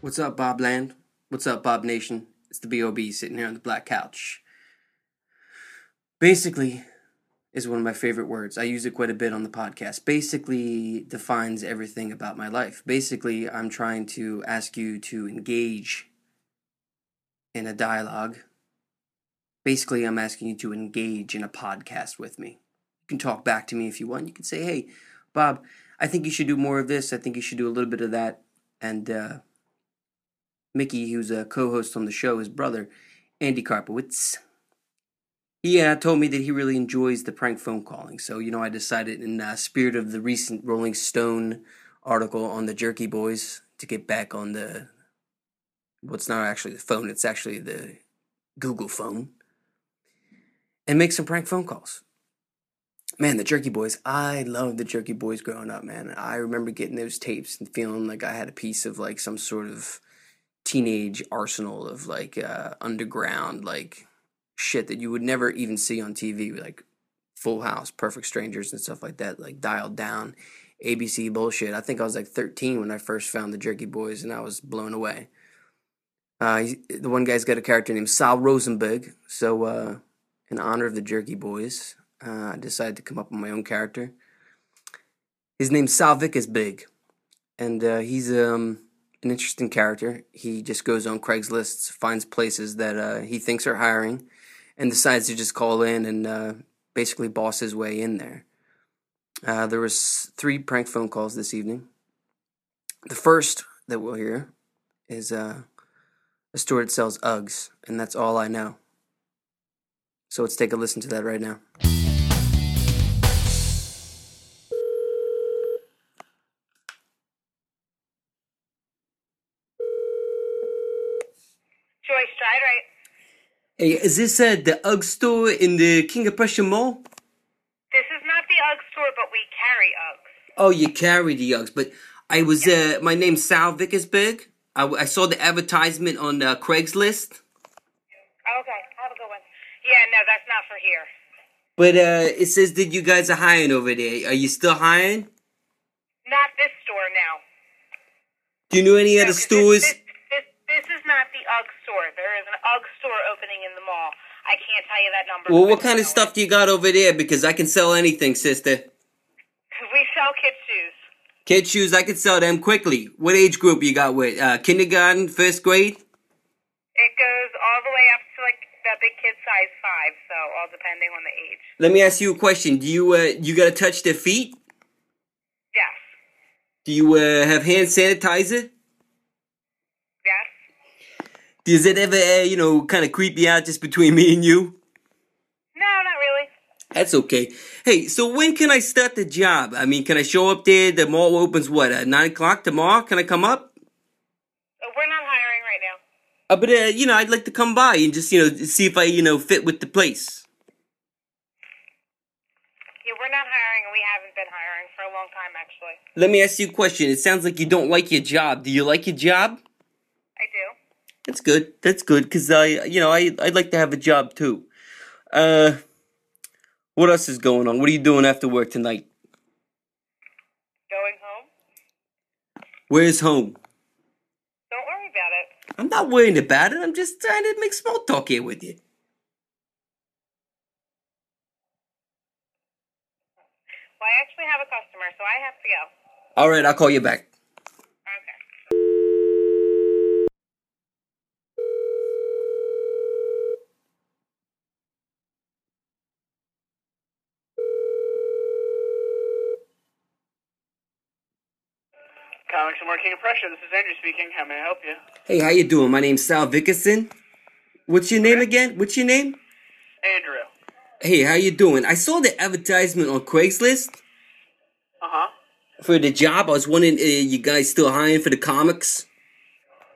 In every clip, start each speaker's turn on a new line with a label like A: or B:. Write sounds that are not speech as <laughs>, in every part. A: What's up, Bob Land? What's up, Bob Nation? It's the B.O.B. sitting here on the black couch. Basically, is one of my favorite words. I use it quite a bit on the podcast. Basically, defines everything about my life. Basically, I'm trying to ask you to engage in a dialogue. Basically, I'm asking you to engage in a podcast with me. You can talk back to me if you want. You can say, hey, Bob, I think you should do more of this. I think you should do a little bit of that. And uh, Mickey, who's a co host on the show, his brother, Andy Karpowitz, he uh, told me that he really enjoys the prank phone calling. So, you know, I decided in uh, spirit of the recent Rolling Stone article on the Jerky Boys to get back on the well, it's not actually the phone, it's actually the Google phone, and make some prank phone calls. Man, the Jerky Boys, I loved the Jerky Boys growing up, man. I remember getting those tapes and feeling like I had a piece of like some sort of teenage arsenal of like uh, underground, like shit that you would never even see on TV, like Full House, Perfect Strangers, and stuff like that, like dialed down ABC bullshit. I think I was like 13 when I first found the Jerky Boys, and I was blown away. Uh, he's- the one guy's got a character named Sal Rosenberg. So, uh, in honor of the Jerky Boys, uh, I decided to come up with my own character. His name's Sal Vickersbig, and uh, he's um, an interesting character. He just goes on Craigslist, finds places that uh, he thinks are hiring, and decides to just call in and uh, basically boss his way in there. Uh, there was three prank phone calls this evening. The first that we'll hear is. Uh, a store that sells Uggs, and that's all I know. So let's take a listen to that right now.
B: Joyce died, right?
A: Hey, is this uh, the Ugg store in the King of Prussia Mall?
B: This is not the UGG store, but we carry UGGs.
A: Oh, you carry the Uggs, but I was, uh, my name's Sal Vickersberg. I, I saw the advertisement on uh, Craigslist,
B: Oh, Okay, have a good one. Yeah, no, that's not for here.
A: but uh, it says that you guys are hiring over there. Are you still hiring?
B: Not this store now.
A: Do you know any
B: No,
A: other
B: 'cause
A: stores?
B: This, this, this, this is not the UGG store. There is an UGG store opening in the mall. I can't tell you that number.
A: Well, what
B: I
A: kind of
B: don't know
A: stuff do you got over there? Because I can sell anything, sister.
B: it. <laughs> We sell kid shoes.
A: Kid shoes, I can sell them quickly. What age group you got with? Uh, kindergarten, first grade?
B: It goes all the way up to like the big kid size five, so all depending on the age.
A: Let me ask you a question. Do you uh, you gotta touch their feet?
B: Yes.
A: Do you uh, have hand sanitizer?
B: Yes.
A: Does it ever uh, you know kind of creep you out just between <laughs> me and you?
B: No, not really.
A: That's okay. Hey, so when can I start the job? I mean, can I show up there? The mall opens what at nine o'clock tomorrow? Can I come up?
B: Uh, We're not hiring right now.
A: Uh, but uh, you know, I'd like to come by and just you know see if I you know fit with the place.
B: Yeah, we're not hiring, and we haven't been hiring for a long time, actually.
A: Let me ask you a question. It sounds like you don't like your job. Do you like your job?
B: I do.
A: That's good. That's good because I, you know, I I'd like to have a job too. Uh, what else is going on? What are you doing after work tonight?
B: Going home?
A: Where's home?
B: Don't worry about it.
A: I'm not worrying about it. I'm just trying to make small talk here with you.
B: Well, I actually have a customer, so I have to go.
A: All right, I'll call you back.
B: Okay.
C: Comics and More King of Prussia. This is Andrew speaking. How may I help you?
A: Hey, how you doing? My name's Sal Vickerson. What's your name again? What's your name?
C: Andrew.
A: Hey, how you doing? I saw the advertisement on Craigslist
C: Uh
A: Uh-huh.
C: huh.
A: for the job. I was wondering, uh, you guys still hiring for the comics?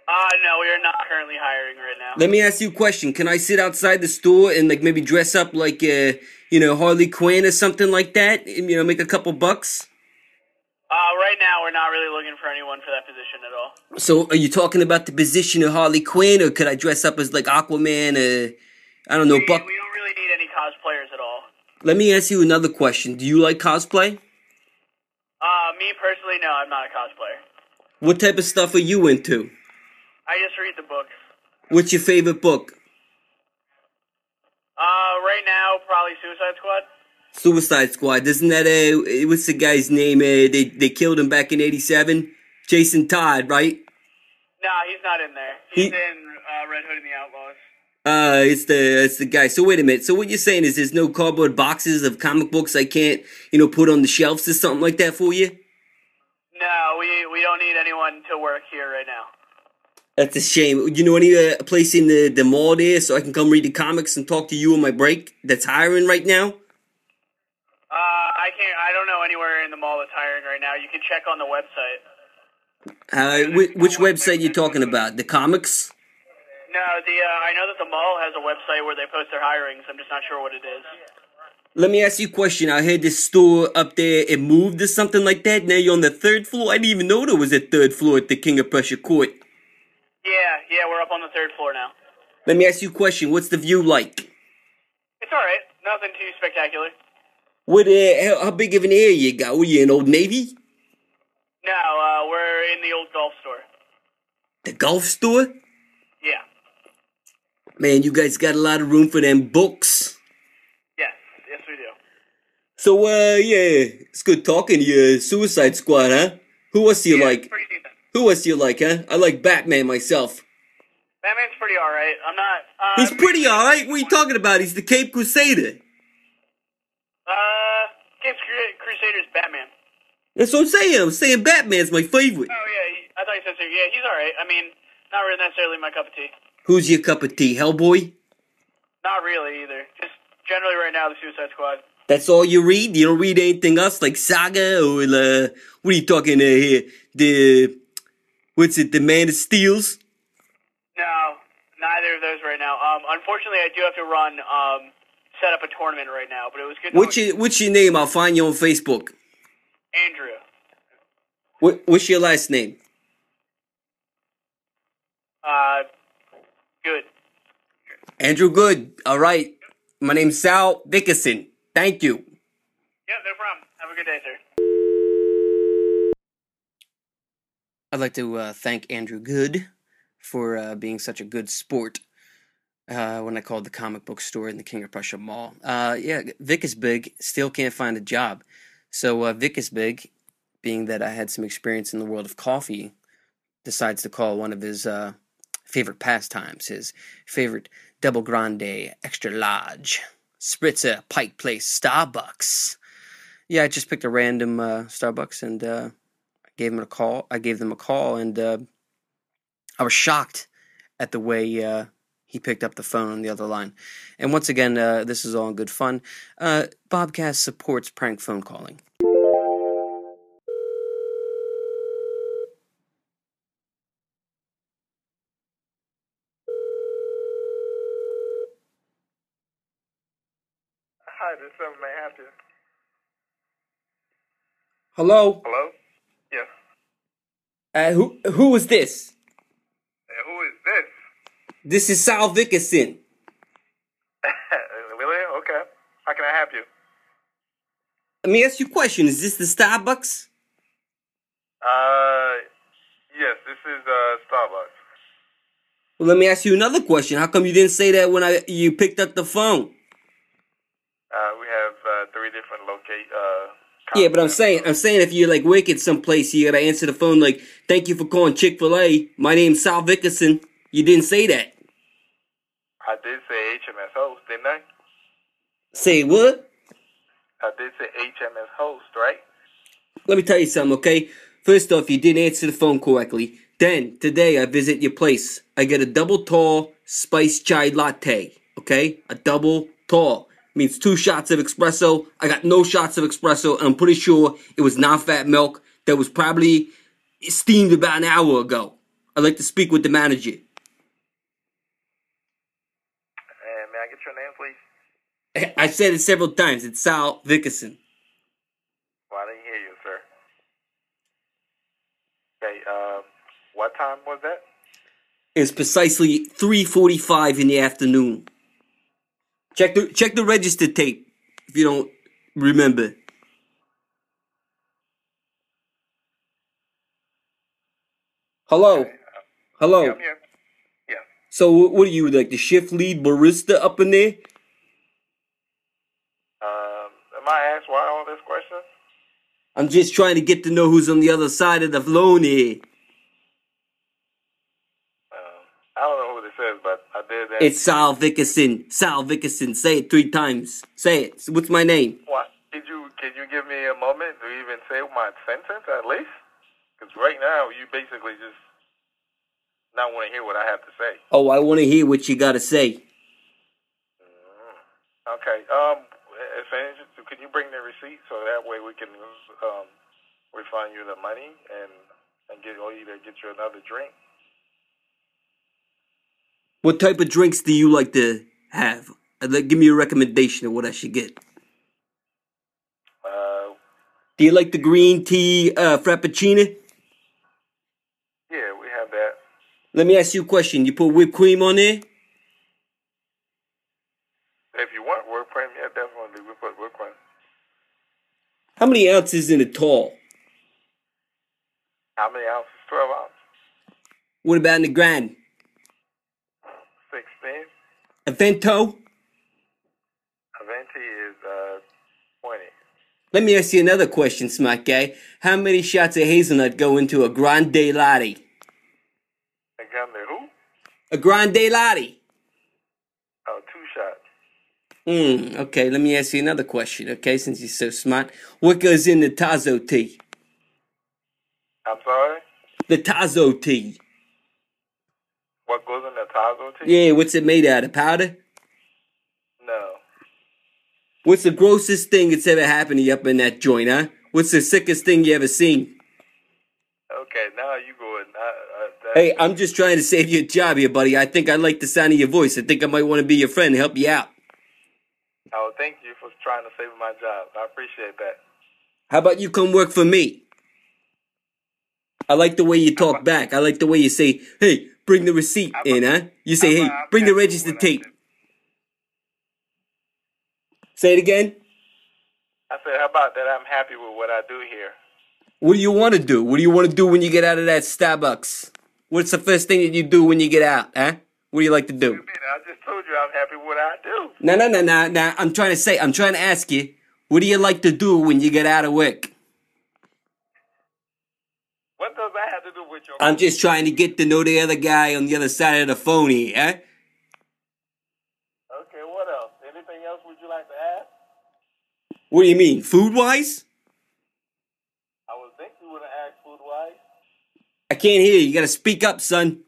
C: Uh, no, we are not currently hiring right now.
A: Let me ask you a question. Can I sit outside the store and like maybe dress up like uh, you know Harley Quinn or something like that? And, you know, make a couple bucks.
C: Uh, right now, we're not really looking for anyone for that position at all.
A: So, are you talking about the position of Harley Quinn, or could I dress up as like Aquaman? Or I don't know,
C: We,
A: Buck.
C: we don't really need any cosplayers at all.
A: Let me ask you another question. Do you like cosplay?
C: Uh, me personally, no, I'm not a cosplayer.
A: What type of stuff are you into?
C: I just read the book.
A: What's your favorite book?
C: Uh, right now, probably Suicide Squad.
A: Suicide Squad. Isn't that a what's the guy's name? Uh, they they killed him back in '87. Jason Todd, right?
C: Nah, he's not in there. He's
A: He-
C: in uh, Red Hood and the Outlaws.
A: Uh, it's the it's the guy. So wait a minute. So what you're saying is there's no cardboard boxes of comic books I can't you know put on the shelves or something like that for you?
C: No, we we don't need anyone to work here right now.
A: That's a shame. You know any uh, place in the the mall there so I can come read the comics and talk to you on my break? That's hiring right now.
C: Uh, I can't. I don't know anywhere in the mall that's hiring right now. You can check on the website.
A: Uh, wh- which website you talking about? The comics?
C: No, the uh, I know that the mall has a website where they post their hirings. I'm just not sure what it is.
A: Let me ask you a question. I heard this store up there, it moved or something like that. Now you're on the third floor. I didn't even know there was a third floor at the King of Prussia Court.
C: Yeah, yeah, we're up on the third floor now.
A: Let me ask you a question. What's the view like?
C: It's all right. Nothing too spectacular.
A: What, uh, how, how big of an area you got? Were you in Old Navy?
C: No, uh, we're in the old golf store.
A: The golf store?
C: Yeah.
A: Man, you guys got a lot of room for them books.
C: Yes. Yes, we do.
A: So, uh, yeah, it's good talking to you. Suicide Squad, huh? Who else do you
C: Yeah, it's
A: like?
C: pretty decent.
A: Who else do you like, huh? I like Batman myself.
C: Batman's pretty all right. I'm not. Uh,
A: He's pretty alright. What are you talking about? He's the Cape Crusader.
C: Uh, Games Cru- Crusaders Batman.
A: That's what I'm saying. I'm saying Batman's my favorite.
C: Oh yeah, he, I thought you said so. Yeah, he's all right. I mean, not really necessarily my cup of tea.
A: Who's your cup of tea, Hellboy?
C: Not really either. Just generally right now, the Suicide Squad.
A: That's all you read? You don't read anything else like Saga or, uh, what are you talking uh, here? The, what's it, The Man of Steels?
C: No, neither of those right now. Um, unfortunately, I do have to run. Um, set up a tournament right now, but it was good.
A: What's
C: knowing
A: your, what's your name? I'll find you on Facebook.
C: Andrew?
A: What, what's your last name?
C: Uh, good.
A: Andrew Good. All right. My name's Sal Vickerson. Thank you.
C: Yeah, no problem. Have a good day, sir.
A: I'd like to uh, thank Andrew Good for uh, being such a good sport uh, when I called the comic book store in the King of Prussia Mall. Uh, yeah, Vic is big, still can't find a job. So uh, Vic is big, being that I had some experience in the world of coffee, decides to call one of his uh, favorite pastimes, his favorite double grande, extra large, spritzer, pike place, Starbucks. Yeah, I just picked a random uh, Starbucks and. Uh, gave him a call. I gave them a call, and uh, I was shocked at the way uh, he picked up the phone on the other line. And once again, uh, this is all in good fun. Uh, Bobcast supports prank phone calling.
D: Hi, this is Evan. May I help you?
A: Hello,
D: Hello? Yes.
A: uh, who who is this?
D: Uh, who is <laughs> this?
A: This is Sal Vickerson.
D: really? Okay. How can I help you?
A: Let me ask you a question. Is this the Starbucks?
D: Uh, yes, this is uh, Starbucks.
A: Well, let me ask you another question. How come you didn't say that when I you picked up the phone?
D: Uh, we have uh, three different locate. Uh,
A: Yeah, but I'm
D: concepts.
A: saying I'm saying if you're like wicked someplace, you gotta answer the phone like, "Thank you for calling Chick Fil A. My name's Sal Vickerson." You didn't say that.
D: I did say HMS host, didn't I?
A: Say what?
D: I did say HMS host, right?
A: Let me tell you something, okay? First off, you didn't answer the phone correctly. Then today I visit your place. I get a double tall spice chai latte, okay? A double tall means two shots of espresso. I got no shots of espresso. I'm pretty sure it was non-fat milk that was probably steamed about an hour ago. I'd like to speak with the manager.
D: And may I get your name, please?
A: I said it several times. It's Sal Vickerson.
D: Well, I didn't hear you, sir. Okay. Uh, what time was that?
A: It's precisely 3:45 in the afternoon. Check the check the register tape if you don't remember. Hello. Hello.
D: Yeah, I'm here. Yeah.
A: So wh- what are you like the shift lead barista up in there?
D: Um, am I asked why all this question?
A: I'm just trying to get to know who's on the other side of the phone here.
D: Um, I don't know who this is, but I did that.
A: It's Sal Vickerson. Sal Vickerson. Say it three times. Say it. What's my name?
D: Why, did you can you give me a moment to even say my sentence at least? Because right now you basically just not want to hear what I have to say.
A: Oh, I want to hear what you gotta say.
D: Okay. Um, if any- could you bring the receipt so that way we can um refund you the money and and get or either get you another drink.
A: What type of drinks do you like to have? I'd like, give me a recommendation of what I should get.
D: Uh,
A: Do you like the green tea uh, frappuccino?
D: yeah, we have that.
A: Let me ask you a question. You put whipped cream on there?
D: If you want work cream, yeah, definitely we put work cream.
A: How many ounces in a tall?
D: How many ounces? Twelve ounces.
A: What about in the grand?
D: Sixteen.
A: A vento?
D: Aventi is uh twenty.
A: Let me ask you another question, smart guy. How many shots of hazelnut go into a grande latte?
D: And got me who?
A: A grande latte.
D: Oh, two shots.
A: Hmm. Okay. Let me ask you another question. Okay, since you're so smart, what goes in the tazo tea?
D: I'm sorry.
A: The tazo tea.
D: What goes in the tazo tea?
A: Yeah. What's it made out of? Powder.
D: No.
A: What's the grossest thing that's ever happened to you up in that joint, huh? What's the sickest thing you ever seen?
D: Okay, now you going. Uh, uh, that-
A: Hey, I'm just trying to save you a job here, buddy. I think I like the sound of your voice. I think I might want to be your friend, and help you out.
D: Oh, thank you for trying to save my job. I appreciate that.
A: How about you come work for me? I like the way you talk back. I like the way you say, hey, bring the receipt in, huh? You say, hey, bring the register tape. Say it again.
D: I said, how about that? I'm happy with what I do here.
A: What do you want to do? What do you want to do when you get out of that Starbucks? What's the first thing that you do when you get out, huh? What do you like to
D: You
A: do?
D: mean I just told you I'm happy with what I do.
A: No, no, no, no, no. I'm trying to say, I'm trying to ask you, what do you like to do when you get out of work?
D: What does that have to do with your?
A: I'm just trying to get to know the other guy on the other side of the phone here, huh?
D: okay, what else? Anything else would you like to add?
A: What do you mean, food wise?
D: I would think you would have asked food wise.
A: I can't hear you. You gotta speak up, son.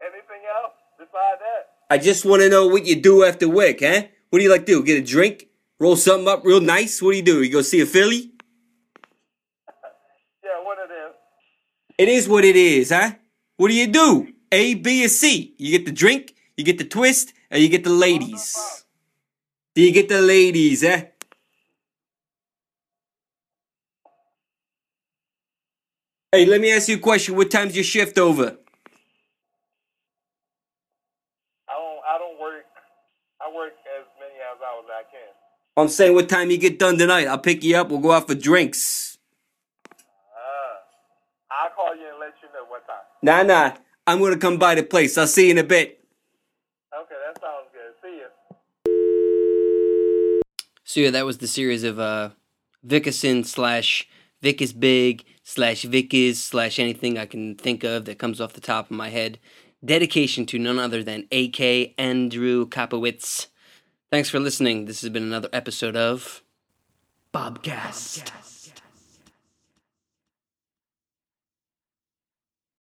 D: Anything else besides that?
A: I just want to know what you do after work, huh? What do you like to do? Get a drink? Roll something up real nice? What do you do? You go see a Philly?
D: Yeah, what it is.
A: It is what it is, huh? What do you do? A, B, or C? You get the drink, you get the twist, and you get the ladies. Do you get the ladies, eh? huh? Hey, let me ask you a question. What time's your shift over?
D: I don't. I don't work. I work as many hours as I can.
A: I'm saying what time you get done tonight. I'll pick you up. We'll go out for drinks.
D: Uh, I'll call you and let you know what time.
A: Nah, nah. I'm gonna come by the place. I'll see you in a bit.
D: Okay, that sounds good. See you.
E: So yeah, that was the series of uh, Vickerson slash Vic is big slash Vic is slash anything I can think of that comes off the top of my head. Dedication to none other than A.K. Andrew Kapowitz. Thanks for listening. This has been another episode of Bobcast.